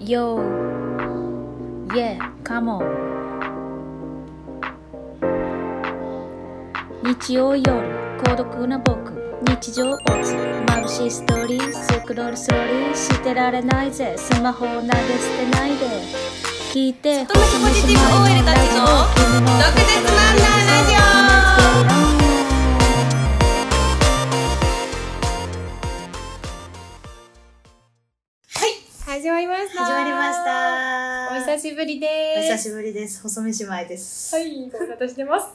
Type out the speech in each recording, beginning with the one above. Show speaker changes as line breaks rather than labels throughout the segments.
Yo, yeah, come on. 日曜夜、孤独な僕、日常落ち、眩しいストーリー、スクロールスローリー、してられないぜ、スマホを投げ捨てないで。聞いて、
となくポジティブ OL たちの毒舌漫談
ラジ
始まりました。
始まりまし。た。
お久しぶりで
お
す。
久しぶりです。細見姉妹です。
はい、ご無沙汰してます。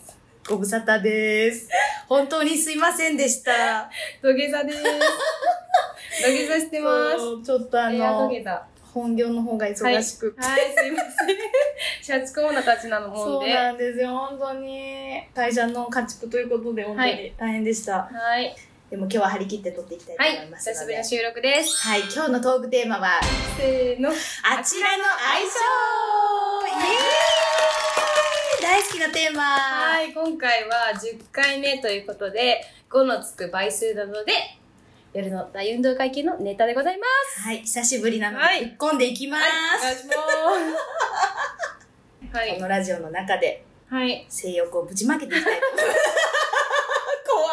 ご無沙汰です。本当にすいませんでした。
土下座 です。土下座してます。
そうちょっとあ
エア土
の、
下座。は
本業の方が忙しく。
い、すいません。社畜女たちなのもん
そう
で。
なんですよ。本当に。会社の家畜ということで、本当
は
に大変でした。
はい。
でも今日は張り切って撮っていきたいと
は
思い
い。
ます
久し
の
ぶ
で。
りの
はい、
収録です。
今日のトークテーマは、
せーの。
あちらの相性イエーイ大好きなテーマ
は
はい。
い、今回は10回目ということで、5のつく倍数なので、夜の大運動会系のネタでございま
久しぶりなの
はい。
で、ぶっこんでいきますす。
はい、お願いします。はい。
このラジオの中で
はい。
性欲をぶちまけていきたいと思います 怖っ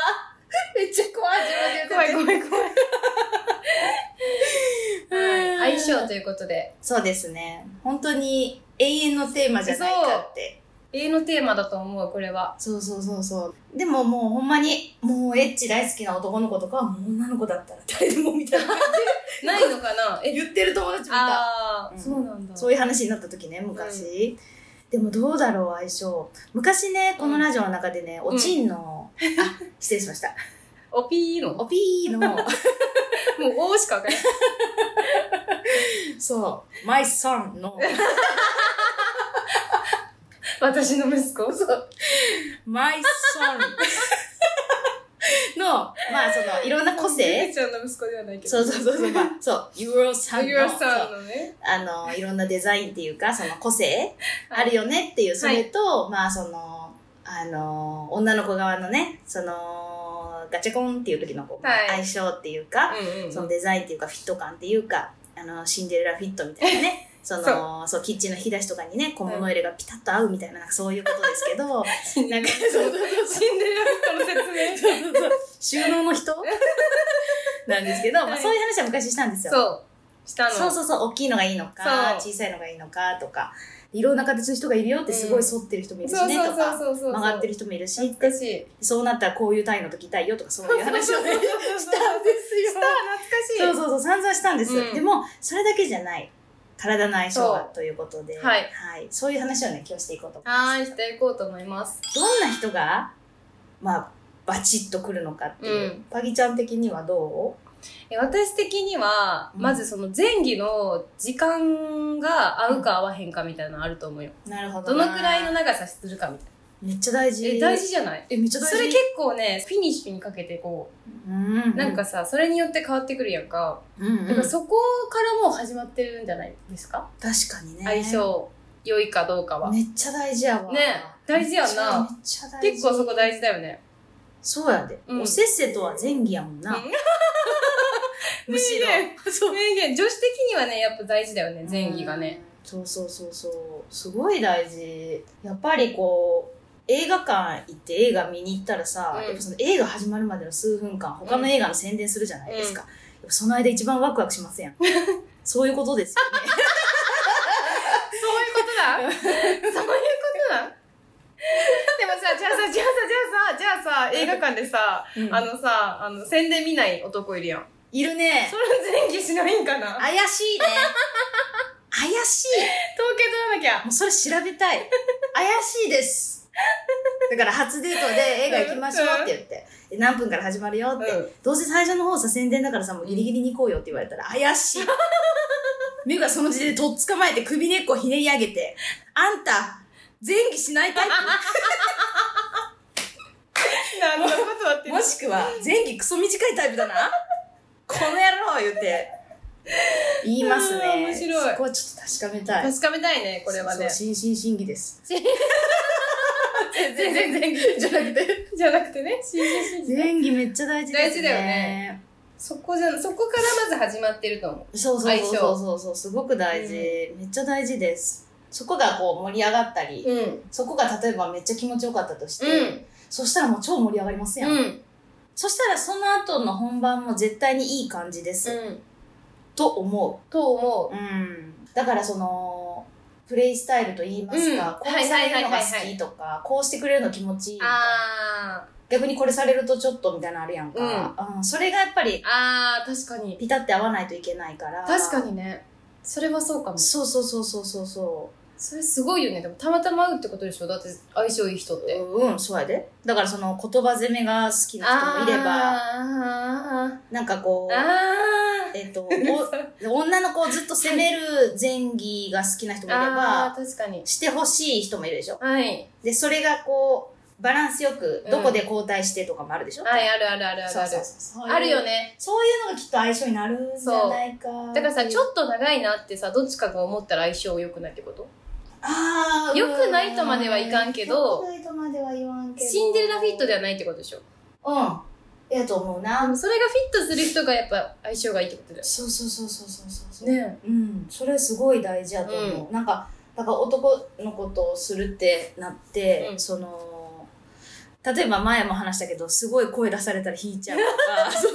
めっちゃ怖い自
怖
分
い
で言ってて
怖い怖い。はい、相性ということで、
そうですね本当に永遠のテーマじゃないかって
永遠のテーマだと思う、これは。
そうそうそうそうでももうほんまにもうエッチ大好きな男の子とかはもう女の子だったら誰でもみたいな感
ないのかな
じ
え、
で言ってる友達もいた
ああ、
うん
そうなんだ。
そういう話になった時ね昔、でもどうだろう相性昔ねこのラジオの中でね、おちんの、あ失礼しました
おぴーの。もう
おぴーの
おーしかわからない。
そう、my son の、
私の息子。そう。
my son の、まあその、いろんな個性、
ちゃんの息子ではないけど。
そうそうそうそう、まあ、そう、your
さ
son
ん
の
さん
そう
のね。
あの、いろんなデザインっていうか、その個性ある
よ。
よねっていう、それと、まあその、あの、女の子側のね、その、ガチャコンっていう時のこう
はい
相性っていうか、
うんうん。
そのデザインっていうか、フィット感っていうか、あの、シンデレラフィットみたい なね。そのそうキッチンの引き出しとかにね小物入れがピタッと合うみたいななんかそういうことですけど、
死んで
なん
る
か、そうそうそうそう
死んでる人の説明。
収納の人なんですけど、
は
まあ、
い
そういう話は昔したんですよ。
そう。したの。
そうそうそう大きいのがいいのか
そう
小さいのがいいのかとかいろんな形の人がいるよってすごい反ってる人もいるし
そう
ね
そう
と
そう
か
そうそう。
曲がってる人もいるし
懐かしい。
そうなったらこういうタイの時痛いよとかそういう話をね
し
したんで
し
すよ
た、懐かしい。
そうそうそう散々したんです、
うん
でもそれだけじゃない体の相性は
そう
ということで、
はい
そういう話をね今日していこうと思い
は
ま
ーい、
す
していこうと思います。
どんな人がまあバチッとくるのかっていう、
うん
パギちゃん的にはど
え私的には、
うん
まずその前儀の時間が合うか合わへんかみたいなのあると思うよ。
うなるほ
ど
な
のくらいの長さするかみたい
めっちゃ大事
な。え、大事じゃない
えめっちゃ大事
それ結構ね、フィニッシュにかけてこ
うん
う、なんかさ、それによって変わってくるやんか。
うんうん
だからそこからもう始まってるんじゃないですか
確かにね
相性良いかどうかは。
めっちゃ大事やわ
ね大事やな
めっちゃめっちゃ大事
結構そこ大事だよね。
そうやで、
うん
おせっせとは前儀やもんな、
うん
むしろ
ねそう。ね女子的にはね、やっぱ大事だよね、前儀がね。
うんそうそうそうそうすごい大事やっぱりこう映画館行って映画見に行ったらさ、
うん
やっぱその映画始まるまでの数分間他の映画の宣伝するじゃないですか、やっぱその間一番ワクワクしますや んそういうことですよね
そういうことだそういうことだでもさ、じゃあさ、じゃあさ、じゃあさ、じゃあさ、映画館でさ、
うん
あのさ、あの、宣伝見ない男いるやん。
いるね
それ前儀しないんかな
怪しいね怪しい
統計取らなきゃ。
もうそれ調べたい。 怪しいです。だから初デートで映画行きましょうって言って、え何分から始まるよって、
うん
どうせ最初の方さ宣伝だからさ、もうギリギリに行こうよって言われたら怪 しい。目がその時点でとっ捕まえて首根っこひねり上げて、あんた、前儀しないタイ
何のことだっ
プ
て
もしくは、前儀クソ短いタイプだなこの野郎言って。言います
う
ね。
ん面白い
そこはちょっと確かめたい。
確かめたいね、これはね。
そう心身審議です。
全然全然。
じゃなくて。
じゃなくてね、新人新人。
前儀めっちゃ大事ですね。
大事だよね。そこじゃ、そこからまず始まってると思う。
そうそうそう
相性
そうそうそうすごく大事、めっちゃ大事ですそこがこう盛り上がったり、
うん。
そこが例えばめっちゃ気持ちよかったとして、
うん。
そしたらもう超盛り上がりますやん、
うん。
そしたらその後の本番も絶対にいい感じです、
うん。
と思
と思
う、うん、だからそのプレイスタイルといいますか、
うん
こうされる
はいはい
のが
はいはい
好
は
き
い。
とかこうしてくれるの気持ちいいう
あ
逆にこれされるとちょっとみたいなのあるやんか、うんそれがやっぱり
ー。あー、確かに。
ピタって合わないといけないから
確かにね。それはそうかも。
そうそうそうそうそうそう
それすごいよね。でも、たまたま会うってことでしょだって、相性いい人って。
うん、そうやで。だからその言葉攻めが好きな人もいれば、
あ
なんか
ー
こ
あー。
う、えっ、と、お 女の子をずっと責める前儀が好きな人もいれ
あー、
ば、
確かに。
してほしい人もいるでしょ。
はい。
で、それがこう、バランスよく、どこで交代してとかもあるでしょ。
はい、あるあるあるある
そう
あ
そう
る。
そう
あるよ。ね。
そういうのがきっと相性になるんじゃないか。
だからさ、ち
っと、
ょっと長いなってさ、どっちかが思ったら相性良くないってこと
あー
良くないとまではいかんけど
良くないとまでは言わんけど。
シンデレラフィットで
よ。
はないってことでしょ
うん。やと思うな。
それがフィットする人がやっぱ相性がいいってことだよ
そうそうそうそうそうそうそう。
ね
うん、それすごい大事やと思う、なんかだから男のことをするってなって、
うん
その例えば前も話したけどすごい声出されたら引いちゃうとか そう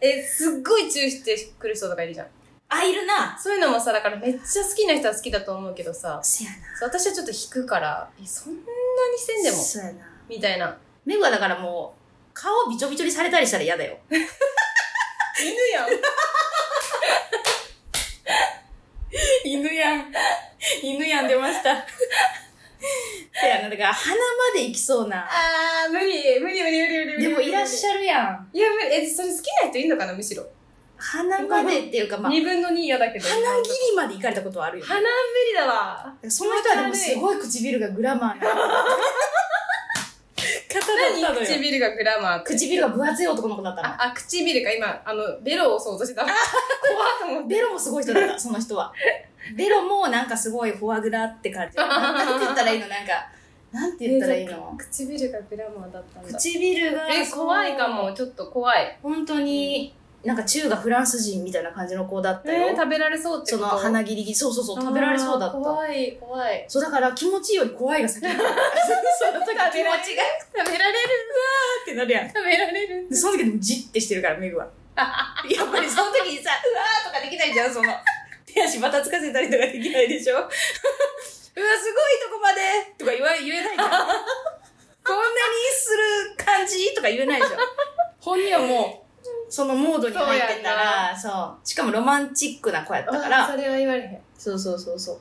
えすっごい注意してくる人とかいるじゃん
あいるな
そういうのもさだからめっちゃ好きな人は好きだと思うけどさ
そやな
そう私はちょっと引くからえそんなにせんでも
そうやな
みたいな
メグはだからもう顔びちょびちょにされたりしたら嫌だよ
犬やん
犬やん犬やん出ましたそやなだから鼻まで行きそうな
あー無理無理無理無理無理無理
でもいらっし
ゃ
ゃるやん
いや無理えそれ好きな人いるのかなむしろ、
鼻までっていうかまあ
二分の二嫌だけど
鼻切りまで行かれたことはあるよね
鼻無理だわ
その人はでもすごい唇がグラマーな方だったの
何
よ。
唇がグラマーって
唇が分厚い男の子だったの
あ。あ唇か今あのベロを想像してた怖っと思って
ベロもすごい人だった、その人は。ベロもなんかすごいフォアグラって感 じ。なんて言ったらいいのなんか、なんて言ったらいいの
唇がグラマーだったんだ
唇が。
え怖いかも。ちょっと怖い
本当に、なんか中がフランス人みたいな感じの子だった
え
よ
ー。食べられそうって
そ
こと
の鼻切り、そうそうそう、食べられそうだっ
あー
た。
怖い怖い
そうだから気持ちいいより怖いが 先 に。その時気持ちがっ
食べられる
てなるやん。
食べられる
で、その時でもじってしてるから、メグは。 やっぱりその時にさ、うわーとかできないじゃん、その。手足ばたつかせたりとかできないでしょ。う わ、すごいとこまでとか言わ言えないじゃん。こん なにする感じとか言えないでしょ。本人はもう、そのモードに入ってたら、そうしかもロマンチックな子やったか
あー
ら、
それは言われへんは
そうそうそうそう。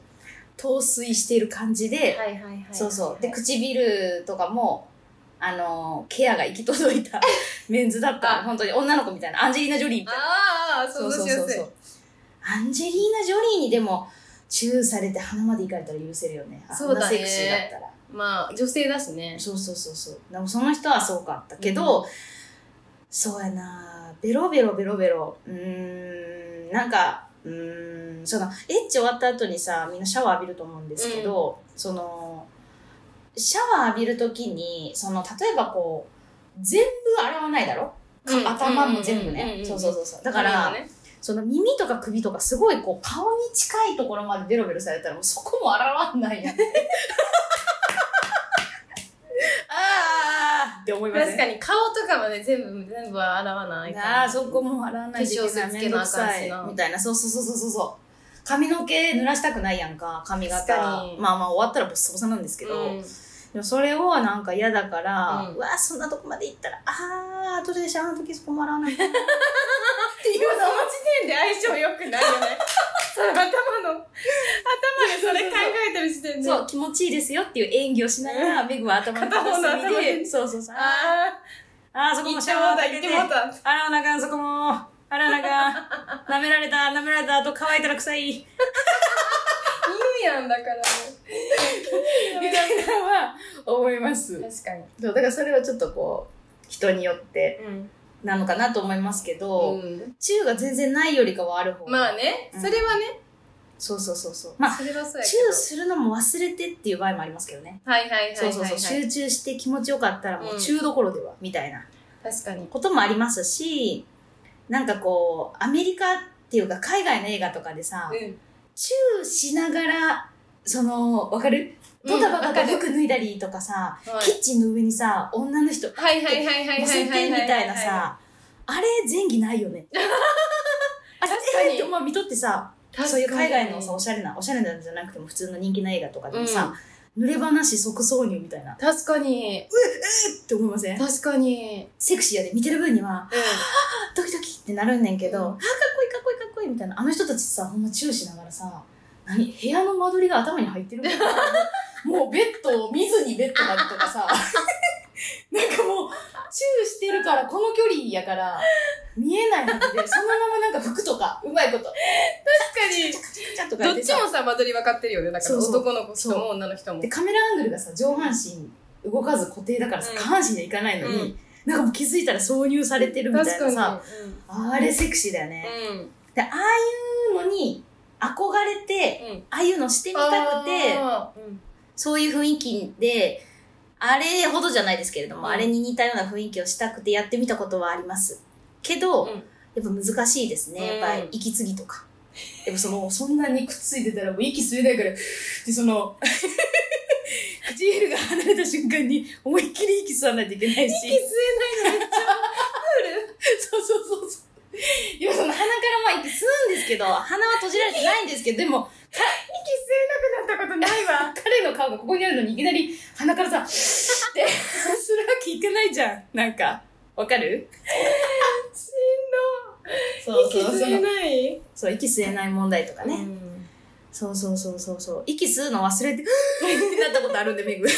陶酔している感じで、
いはいはい
そうそう。で、
で
唇とかも、あの、ケアが行き届 いたメンズだったの。
あ
本当に女の子みたいな。アンジェリーナ・ジョリーみたいな。
あーあー想像しやすい。
アンジェリーナ・ジョリーにでも、チューされて鼻まで行かれたら許せるよね。あ
そうだね
こんなセクシーだったら。
まあ女性だしね
そうそうそうそう。でもその人はそうかったけど、そうやなベロベロベロベロ。うーん、なんか、うーん、その、エッチ終わった後にさ、みんなシャワー浴びると思うんですけど、その、シャワー浴びるときに、その、例えばこう、全部洗わないだろ、か
うん
頭も全
う
部
んうんうん
ね
う。ん
そうそうそうそう。だから、
ね
その耳とか首とかすごいこう顔に近いところまでベロベロされたらもうそこも洗わんないやん。 ああって思います
確か
ね。
に顔とかはね全部全部は洗わないか
あ
ら
あ、そこも洗わないといけ
化粧
ない。
水つ
め
け
んど
なあ
く
かん
さ
し
い
な。
みたいな。そうそうそうそうそうそう。髪の毛濡らしたくないやんか、髪型。
確かに
まあまあ終わったらボッサボサなんですけ
け
ど。
ど、うん
でもそれをなんか嫌だから、う
うん
わあそんなとこまで行ったら、ああ、後でシャワーの時そこも洗わないとなっていうのを
時点で相性良くないよねその頭の頭でそれ考えてる時点で
そう、気持ちいいですよっていう演技をしながら、メグは頭の片
片方の頭
隅で、
に
そうそうそう。あ
あ
あー、そ
あ
こ
行
も
っ
シ
て
ャ
も
ワー
うた
だけ
行っ
で
て。もうた
あらおなかん、そこも。あらおなかん。舐められた、舐められた、あと乾いたら臭い。
犬やんだからもう
みたいなのは、思います。
確かに
そう、だからそれはちょっとこう、人によって
うん、
なのかなと思いますけど、チューが全然ないよりかはある方が。
まあねそれはね、
そうそうそうそう。まあ、
それはそうやけ
チューするのも忘れてっていう場合もありますけどね。
どはいはいはいはい、はい、
そうそうそう。集中して気持ちよかったらもうチューどころでは、みたいな。
確かに
こともありますし、なんかこう、アメリカっていうか海外の映画とかでさ、
うん
チューしながら、その、わかる
う
ド
ん
タバタと
わかる
服脱いだりとかさ、
はい
キッチンの上にさ、女の人、
はいはいはいはい
乗
は
せ
いは
て
い
み
はい
たいなさ、あれ前技ないよね。あれ
確かに
えーってまあ見とってさ、
確かに
そういう海外のさ、おしゃれな、おしゃれなんじゃなくても普通の人気な映画とかでもさ、濡れ話即挿入みたいな。っ
確かに
て思いません
確かに
セクシーやで見てる分には、ドキドキってなるんねんけど、
うん
あ、かっこいいかっこいいかっこいいみたいな。あの人たちさ、ほんまチューしながらさ、何部屋の間取りが頭に入ってるもん もうベッドを見ずにベッドがあるとかさ、なんかもう、チューしてるから、この距離やから、見えないはずで、そのままなんか服とか、うまいこと、
確かに
ちゃっと
どっちもさ間取り分かってるよねだから
そうそう
男の子も女の人も
でカメラアングルがさ上半身動かず固定だからさ、
うん
下半身でいかないのに、
う
なんかもう気づいたら挿入されてるみたい
確
なさ
かに
あれセクシーだよね、
うんうん
でああいうのに憧れて
うん
ああいうのしてみたくて
あーうん
そういう雰囲気であれほどじゃないですけれども、
うん
あれに似たような雰囲気をしたくてやってみたことはありますけど、
うん
やっぱ難しいですねやっぱ
うん
り息継ぎとか。でもそのそんなにくっついてたらもう息吸えないからでその唇が離れた瞬間に思いっきり息吸わないといけないし
息吸えないのめっちゃ
そうそうそうそういやその鼻からまあ息吸うんですけど鼻は閉じられてないんですけどでも
吸えなくなったことないわ
彼の顔がここにあるのにいきなり 鼻からさってするわけいかないじゃんなんかわ かる
し
そう
ど
んそう
息吸
そ
え
う
ない
そう息吸えない問題とかね、
うん
そうそうそうそうそう息吸うの忘れて ってなったことあるんでメグエ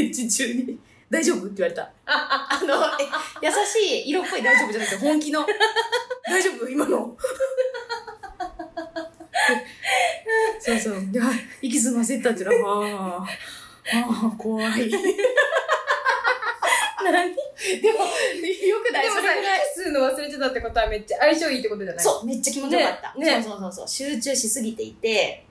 ッチ中に「大丈夫?」って言われたあのえ優しい色っぽい「大丈夫?」じゃなくて本気の「大丈夫今の」そうそうであ息吸うの忘れてたって言うのはあああ怖い何でもよくな
で
い
も
そ
さ
れぐらい
息吸うの忘れてたってことはめっちゃ相性いいってことじゃない
そうめっちゃ気持ちよかった、
ねね
そうそうそうそう集中しすぎていて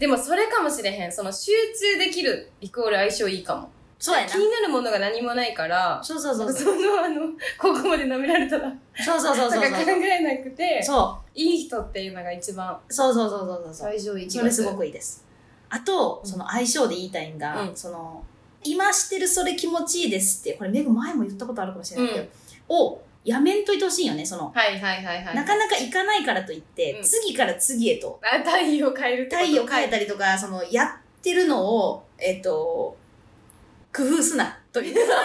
でもそれかもしれへんその集中できるイコール相性いいかも
そうやな
気になるものが何もないから
そうそうそ
そう
そう
のあのここまで舐められたら
そうそうそうそう
なんか考えなくて
そう
いい人っていうのが一番
そうそうそうそうそうそう。
最上位
それすごくいいです。あと、その相性で言いたいんが、
うん
その、今してるそれ気持ちいいですって、これメグ前も言ったことあるかもしれないけど、をやめんといてほしいよね、その、
はいはいはいはい
なかなか行かないからといって、
うん
次から次へと、
あ体位を変えるってこと
体位を変えたりとか、その、やってるのを、えっ、と、工夫すな、という。工夫させ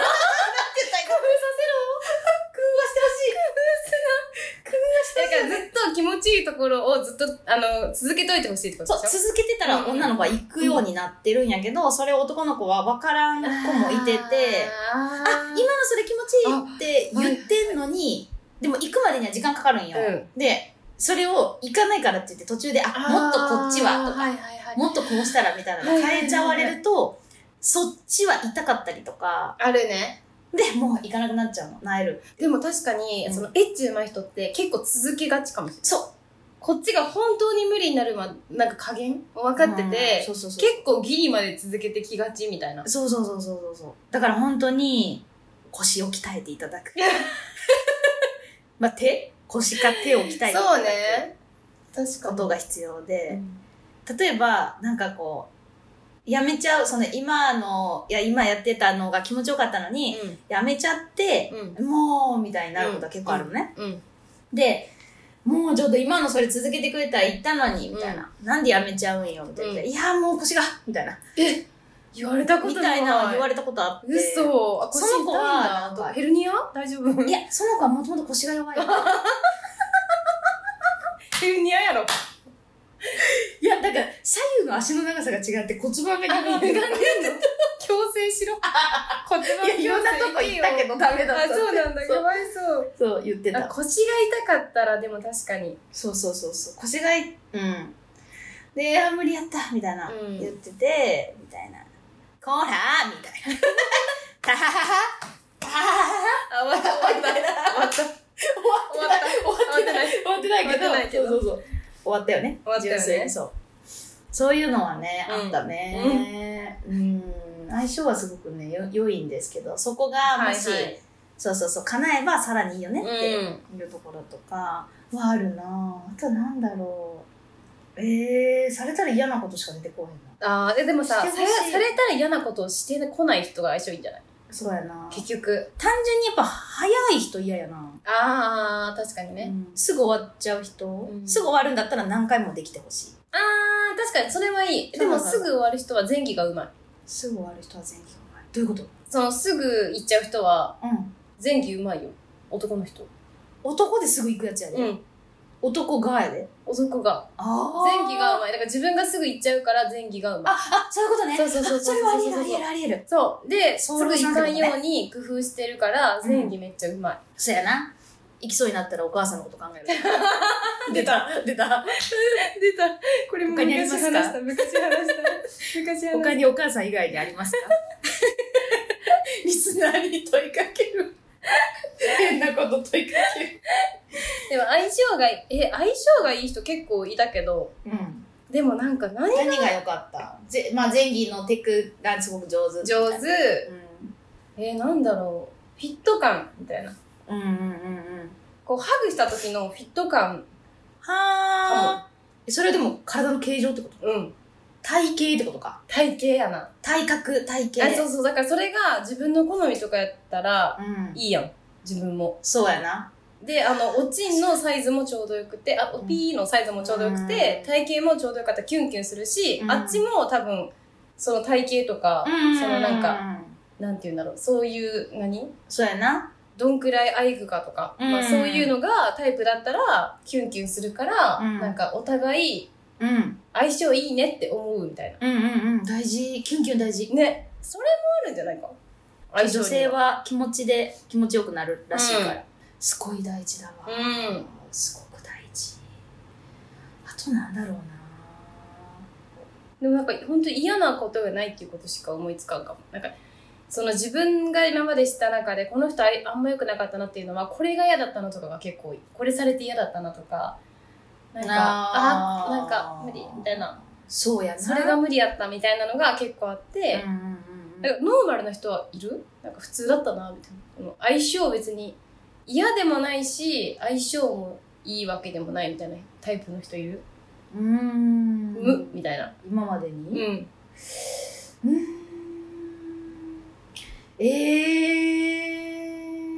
ろ工
だからずっと気持ちいいところをずっとあの続けといてほしいってこと
そう
でしょ
続けてたら女の子は行くようになってるんやけど、それを男の子は分からん子もいてて
あ
あ今のそれ気持ちいいって言ってんのに、でも行くまでには時間かかるんよ、
うん
でそれを行かないからって言って途中であもっとこっちはとか、
はいはいはい
もっとこうしたらみたいな
は
の
いはいはい
変えちゃわれるとそっちは痛かったりとか
あるね
でもう行かなくなっちゃうのなえる
でも確かに、
うん
そのエッチ上手い人って結構続けがちかもしれない
そ
こっちが本当に無理になるまなんか加減を分
う
かって
うん
て、
そうそうそう
結構ギリまで続けてきがちみたいな
そうそうそうそうそうそう。だから本当に腰を鍛えていた だく。まあ手腰か手を鍛えていただく
そうね確か
こ
に
とが必要
う
で、
ん
例えばなんかこう、やめちゃう、その今の、いや今やってたのが気持ちよかったのに、やめちゃって、もうみたいになることは結構あるのね。
うん
で、もうちょっと今のそれ続けてくれたら言ったのに、みたいな。なんでやめちゃうんよ、みたいな。
うん
いや、もう腰が、みたいな。
言われたこと
み
ない
たいな言われたことあって。
嘘あ腰痛い
その子はなん
だ
か
ヘルニア大丈夫
いや、その子はもともと腰が弱い。 い
ヘルニアやろ
や、だから、左右の足の長さが違って骨盤が
あ歪んでんの強制しろ骨盤
いやいろんなとこ行ったけどダメだった
あそうなんだ
そう
やばいそう
そう、言って
あ
た。
腰が痛かったらでも確かに
そうそうそうそう。腰がい、うん。で、あ、無理やった、みたいな。
うん
言ってて、みたいな。こらみた いな。たはははたは
あ終わった終わった終わった終わった
は
終わってない
終わってない
終わってないけど
そうそうそう。終わったよね。
終わったよね
純粋にそう。そういうのはね、
うん
あったね。うん。相性はすごくね、よ良いんですけど、そこがもし、
はいはい
そうそうそう、叶えばさらにいいよねって
ん。
いうところとかはあるなぁあとなんだろう。えー、されたら嫌なことしか出てこへんな。
ああ、ででもさ、され
してほしい
されたら嫌なことをしてこない人が相性いいんじゃない
そうやな
結局。
単純にやっぱ早い人嫌やな、
ああ、確かにね。
すぐ終わっちゃう人、
ん
すぐ終わるんだったら何回もできてほしい。
ああ、確かにそれはいい。でも
そう
す
そうそう
ぐ終わる人は前期がうまい。
すぐ終わる人は前期がない。どういうこと
そのすぐ行っちゃう人は
うん。
前期うまいよ。男の人。
男ですぐ行くやつやで。
うん。
男がやで。
男が。
あ
前期がう
い。
まい。だから自分がすぐ行っちゃうから前期がうまい。
あ、あ、そういうことね。
そうそうそう
あそうれはありえる
そう
あ
そうそうそ
りえるありえる。
う。で、す
そう
ぐ行かんよ
そう
に工夫してるから、前期めっちゃうまい。
そうやな。行きそうになったらお母さんのこと考える。 出た、出た。
出た。これ
もう昔話した
昔話した。昔
他にお母さん以外にありますか リスナーに問いかける。 変なこと問いかける。
でも相性がいい、え、相性がいい人結構いたけど、
うん。
でもなんか何
何が良かったぜ、まあ、前儀のテクがすごく上手。
上手、
うん。
えー、なんだろう、フィット感みたいな。
うんうんうんうん。
こう、ハグした時のフィット感、
はあ。それはでも体の形状ってこと
うん、
体型ってことか。
体型やな。
体格、体型。
あそうそう、だからそれが自分の好みとかやったら
うん。
いいやん、自分も。
そうやな。
で、あの、おちんのサイズもちょうどよくて、あ、おピーのサイズもちょうどよくて
う、ん
体型もちょうどよかった、キュンキュンするし、
うん
あっちも多分、その体型とか、そのなんか、。なんて言うんだろう、そういう、何
そうやな。
どんくらい愛具かとか、
うん
まあ、そういうのがタイプだったらキュンキュンするから、
うん
なんかお互い
うん。
相性いいねって思うみたい
うんうんうん。大事。キュンキュン大事
な。。ねそれもあるんじゃないか相性
女
に
性は気持ちで気持ちよくなるらしいから。すごい大事だわ。
うん
すごく大事。あとなんだろうな。
でもなんか本当に嫌なことがないっていうことしか思いつかんかもなんかその自分が今までした中でこの人あいあんま良くなかったなっていうのはこれが嫌だったのとかが結構多いこれされて嫌だったなとかなんかあ
あー
なんか無理みたいな
そうやな。
それが無理やったみたいなのが結構あって、
うんうんうん
なんかノーマルな人はいるなんか普通だったなみたいなこの相性別に嫌でもないし相性もいいわけでもないみたいなタイプの人いる、
うーん。
無みたいな
今までに、
ん
うーん、え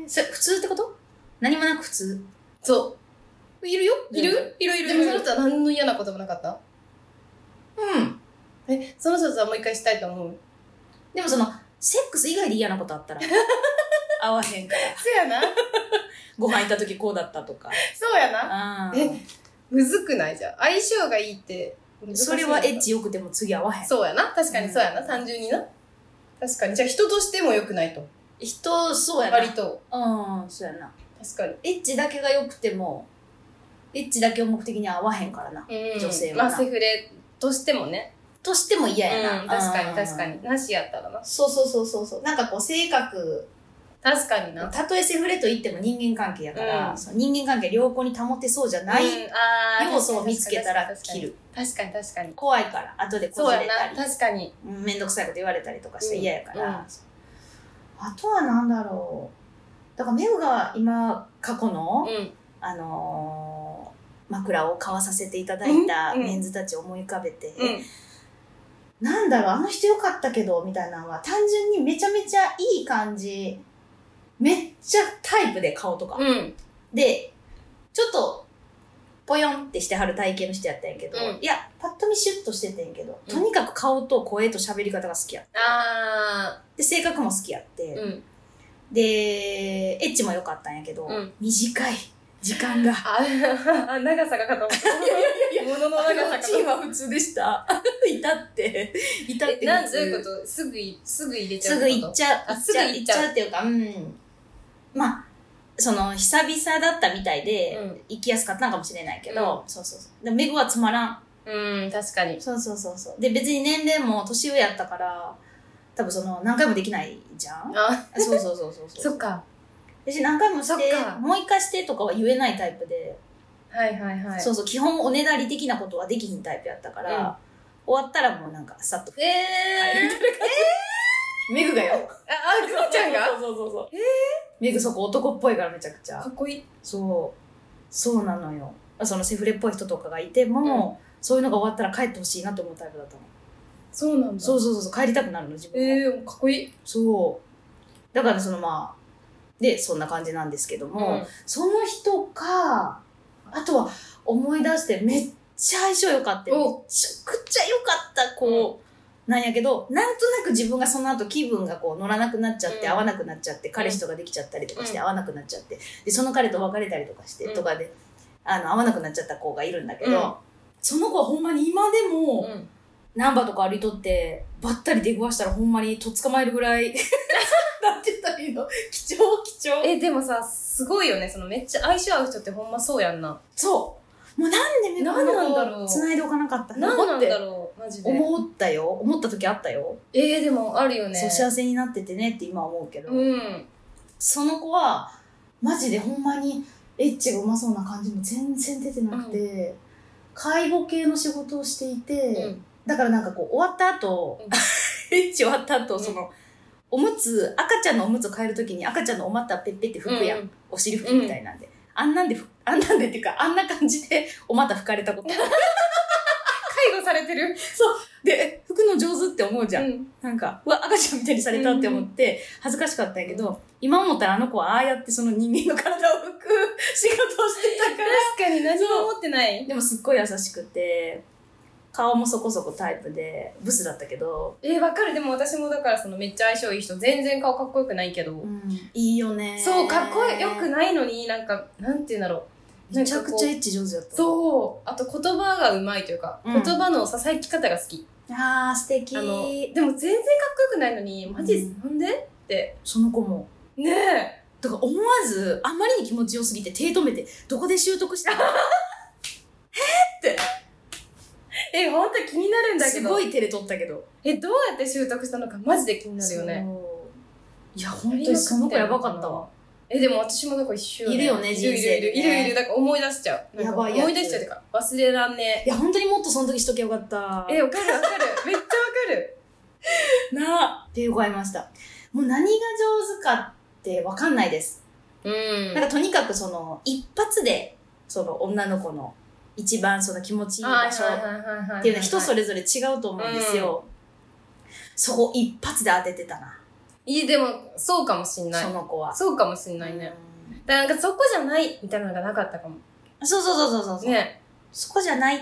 ー、それ普通ってこと何もなく普通
そ
いるよ
ういるいるいるでもその人は何の嫌なこともなかった
うん
えその人とはもう一回したいと思う
でもそのセックス以外で嫌なことあったら 合わへんから
そうやな
ご飯行った時こうだったとか
そうやな
あ
ーむずくないじゃん相性がいいって難しい
それはエッチよくても次合わへん
そうやな確かにそうやな、単純にな確かにじゃあ人としても良くないと
人そうやな
割と
うんそうやな
確かに
エッチだけがよくてもエッチだけを目的に合わへんからな
うん
女性
ま
はな
あセフレとしてもね
としても嫌やな、
うん、確かに
うん
確かになしやったらな
そうそうそうそうそうなんかこう性格
確かにな
たとえセフレと言っても人間関係やから、
うん
その人間関係良好に保てそうじゃない
うんあー
要素を見つけたら
確かに
切る
確かに確かに
怖いから後でこ
そう
じ
や
れたり
な確かに
うん面倒くさいこと言われたりとかして嫌やから、
うんうん
あとは何だろうだからメグが今過去の、
うん
あのー枕を買わさせていただいた
うんうん
メンズたちを思い浮かべて、
うん
なんだろう、あの人良かったけど、みたいなのは、単純にめちゃめちゃいい感じ。めっちゃタイプで顔とか。
うんうん
で、ちょっと、ぽよんってしてはる体型の人やったんやけど、
うん
いや、パッと見シュッとしててんやけど、
うん
とにかく顔と声と喋り方が好きや。
あ
で、性格も好きやって、
ーうん
で、エッチも良かったんやけど、
うん
短い、時間が。
あ 長さがかと思ったものの
あ
長さ
の
かと
チ
思
ン
っ
は普通でした。 いたって、いた
た
って
え
普通。
なんどういうことすぐいすぐ入れちゃ
す
う
ぐ行っ
ゃ
ちゃう。
あ
行っちゃう。
すぐ
行
行
っ
っ
ち
ちゃう
ゃうっていうか、うん。まあ、その、久々だったみたいで、
うん
行きやすかったのかもしれないけど、そうそうそう。でも、メグはつまらん。
うん確かに
そうそうそうそう。で、別に年齢も年上やったから、多分その、何回もできないじゃん
あ
そうそうそうそうそう。
そっか
私何回もして
そっか、
もう一回してとかは言えないタイプで、
はいはいはい
そうそう、基本おねだり的なことはできひんタイプやったから、
うん
終わったらもうなんか、さっ と。
ええ
メグがよ。
あ あくまちゃんが
そうそうそうそう。
え
メグそこ男っぽいからめちゃくちゃ
かっこいい
そうそうなのよそのセフレっぽい人とかがいても、そういうのが終わったら帰ってほしいなと思うタイプだったの
そうなんだ
そうそうそうそう帰りたくなるの自分が、
えー、かっこいい
そうだからそのまあでそんな感じなんですけども、その人かあとは思い出してめっちゃ相性良かっためちゃ
お
くちゃ良かった子なんやけど、なんとなく自分がその後気分がこう乗らなくなっちゃって、
うん
合わなくなっちゃって彼氏とかできちゃったりとかして
う
合わなくなっちゃってでその彼と別れたりとかして、
うん
とかであの合わなくなっちゃった子がいるんだけど、
うん
その子はほんまに今で
う
も、
ん、うん、
ナンバーとか歩いとって、ばったり出くわしたらほんまにとっ捕まえるぐらい、 なんて言ったらいいの貴重貴重。
えでもさすごいよねそのめっちゃ相性合う人ってほんまそうやんな
そう。もうなんで目
なんなんだろう
繋いでおかなかった
何なんだ
う
ろうマジで
思ったよ。思った時あったよ。
えー、でもあるよね
そう、幸せになっててねって今思うけど。
うん
その子は、マジでほんまにエッチがうまそうな感じも全然出てなくて、介護系の仕事をしていて、
うん
だからなんかこう終わった後、
う
エッチ終わった後、
うん
その、おむつ、赤ちゃんのおむつを変えるときに赤ちゃんのお股ペッペって拭くやん。
うん
お尻拭きみたいなんで。あんなんでふ、あんなんでっていうか、あんな感じでお股拭かれたこと。
介護されてる
で、え拭くの上手って思うじゃん。
うん
なんか、うわ、赤ちゃんみたいにされたって思って、恥ずかしかったんやけど、今思ったらあの子はああやってその人間の体を拭く仕事をしてたから。
確かに何も思ってない
でもすっごい優しくて、顔もそこそこタイプで、ブスだったけど、
えー、わかるでも私もだからそのめっちゃ相性いい人全然顔かっこよくないけど、
いいよね
そうかっこよくないのになんかなんて言うんだろう
めちゃくちゃ
ゃ
エッチ上手だった
そうあと言葉がうまいというか、
うん
言葉のささやき方が好き
ああ素敵
あのでも全然かっこよくないのにマジ、
うん
なんでって
その子も
ねえ
だから思わずあまりに気持ちよすぎて手止めてどこで習得したの
え本当気になるんだけ
す
ど
ごい手で取ったけど
えどうやって習得したのかマジで気になるよね
そういや本当にその子やばかったわ
えでも私もなんか一緒よね
いるよね
いるい
人生
るい
で
る
ね
いるいるなんか思い出しちゃうなんか
やばいやつ
思い出しちゃうというか忘れらんね
いや本当にもっとその時しときゃよかった
ええわかるわかるめっちゃわかる
なあっていう子がいましたもう何が上手かってわかんないです
うん
なんかとにかくその一発でその女の子の一番その気持ちいい場所
っ
っていうのは人そ
れ
れぞれ違うと思うんですよ、そこ一発で当ててたない
いでもそうかもしんない
その子は
そうかもしんないね
うん
だからなんかそこじゃないみたいなのがなかったかも
そうそうそうそうそう、
ね
そこじゃないっ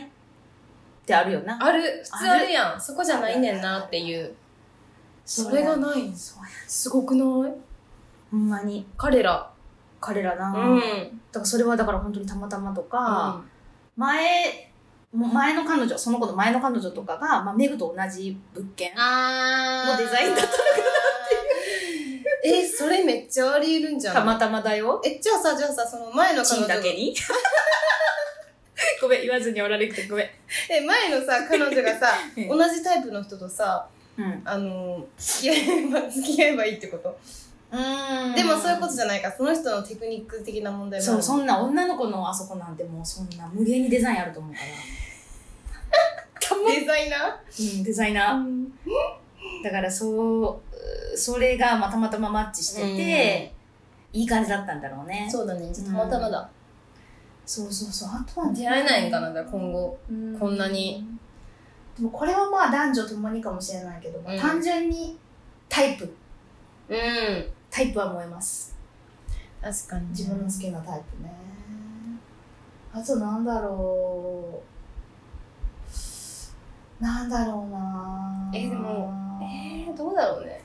てあるよな
ある普通あるやんそこじゃないねんなっていうそれが
うや
ない
そうや
すごくない
ほんまに
彼ら
彼らな、
うん
だからそれはだから本当にたまたまとか、
う
前もう前の彼女その子の前の彼女とかが、まあ、メグと同じ物件
んあ
のデザインだったの
かなっていうえそれめっちゃありえるんじゃない
たまたまだよ
えじゃあさじゃあさその前の彼
チン
女の
だけ にごめん言わずにおられてごめん、
え前のさ彼女 がさ
うん
同じタイプの人とさ
うん、
あの付き合えば付き合えばいいってことで
で
も
も
そ
そう
い
ういう
こ
うことと
じゃないからその人のテクニック的な問題もあ
そう
る
そんな女の子のあそこなんてもうそんな無限にデザインあると思うから
デザイナ
うん、デザイ
ー、
ナー。だから、そうう、それが、まあ、たまたまマッチしてて、いい感じだったんだろうね。
そうだねたまたまだ、
そうそうそう。あとはね、
出会えないんかなだから今後
うん
こんなに。
でも、これはまあ、男女ともにかもしれないけど、まあ
うん
単純にタイプ、
うん
タイプは燃えます。
確かに
自分の好きなタイプね。あと、なんだろう。なんだろうな
えでも、えー、どうだろうね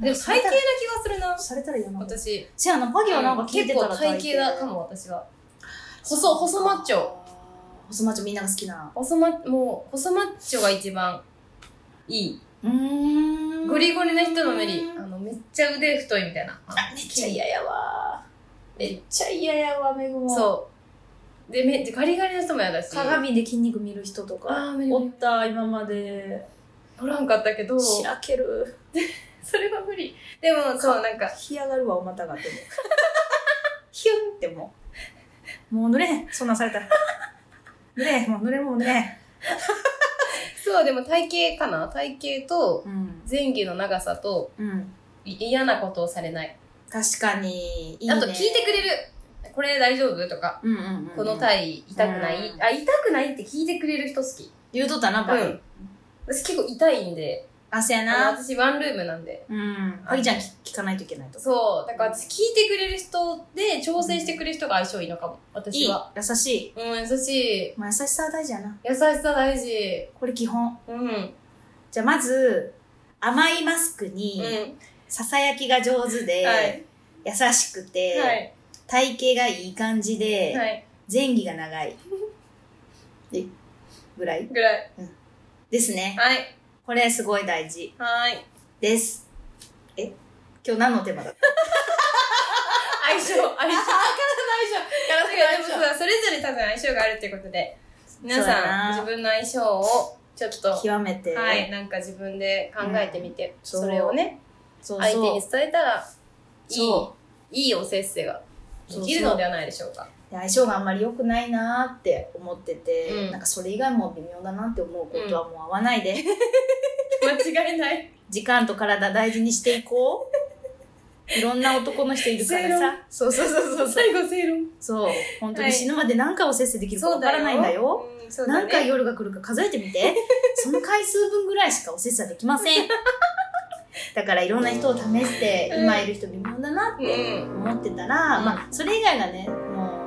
でも
され
体
た
型な気がするな
されたら嫌なの
私
せやな、パギはなんか聞いてたら
結構体型だか。も私は細細マッチョ。
細マッチョみんなが好きな。
細マもう細マッチョが一番いい
うん
ゴリゴリな人の無理あ
あ
のめっちゃ腕太いみたいな
めっちゃ嫌やわ。めっちゃ嫌やわ、めぐも。
そうでめでガリガリの人も嫌だし
鏡で筋肉見る人とか。
あー無理無
お
理
った、今まで。
おらんかったけど
しらける。
それは無理でもそうなんか
干上がるわ、お股がでも。 ヒュンってもう。もう濡れへん、そんなんされたら。濡れへん、もう濡れもう濡れへん。
そうでも体型かな体型と
うん。
前戯の長さと
うん。
い嫌なことをされない
確かに。いいね
あと聞いてくれる。これ大丈夫とか、
うんうんうんうん
このタイ痛くない、
うん
あ、痛くないって聞いてくれる人好き。
言うとったな、ば
うん私結構痛いんで、
あ、せや
あの
な。
私ワンルームなんで。
うん。あいちゃん聞聞かないといけないと。
そう、だから私聞いてくれる人で調整してくれる人が相性いいのかも、
い
私
い
は。。
優しい。
うん、優しい。
まあ、優しさは大事やな。
優しさ大事。
これ基本。
うん。うん。
じゃあまず、甘いマスクに、ささやきが上手で、
はい
優しくて、
はい。
体型がいい感じで、
はい。
前儀が長い。で、ぐらい
ぐらい。
ですね。
はい。
これすごい大事
はい。
です。え今日何のテーマだった
相性、相性。だか
ガ
らでもさそれぞれ多分相性があるっていうことで皆
そうや
さん
な
自分の相性をちょっと、
極めて、
はい、なんか自分で考えてみて、
そう
それをね
そう
相手
そう
に伝えたら
そ
いいいいおせっせができるのではないでしょうか
で相性があんまり良くないなーって思ってて、
うん
なんかそれ以外も微妙だなって思うことはもう合わないで、
間違いない
時間と体大事にしていこ ういろんな男の人いるからさそうそうそうそう
最後正論
そう本当
は
に
い
死ぬまで何回おせっせできるかわからないんだよ
うんそうだ
何回
ね
夜が来るか数えてみて その回数分ぐらいしかおせっせはできませんだからいろんな人を試して、
うん
今いる人微妙だなって
うん
思ってたら、
うん
まあそれ以外がねも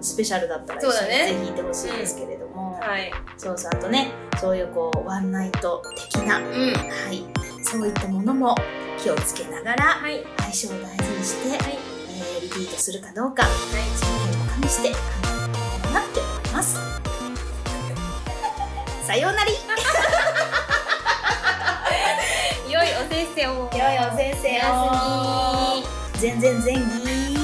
うスペシャルだったら一緒
そうだ
に
ね
ぜひいてほしいですけれども、
はい
そうそうあとねそういうこうワンナイト的な、は
うん
い、そういったものも気をつけながら
はい
相性を大事にして、
はい
えーリピートするかどうかそういうのも加味して考えたいなって思います。さようなら
良いおせっせを
良いお先生を
おやすみ
全然前儀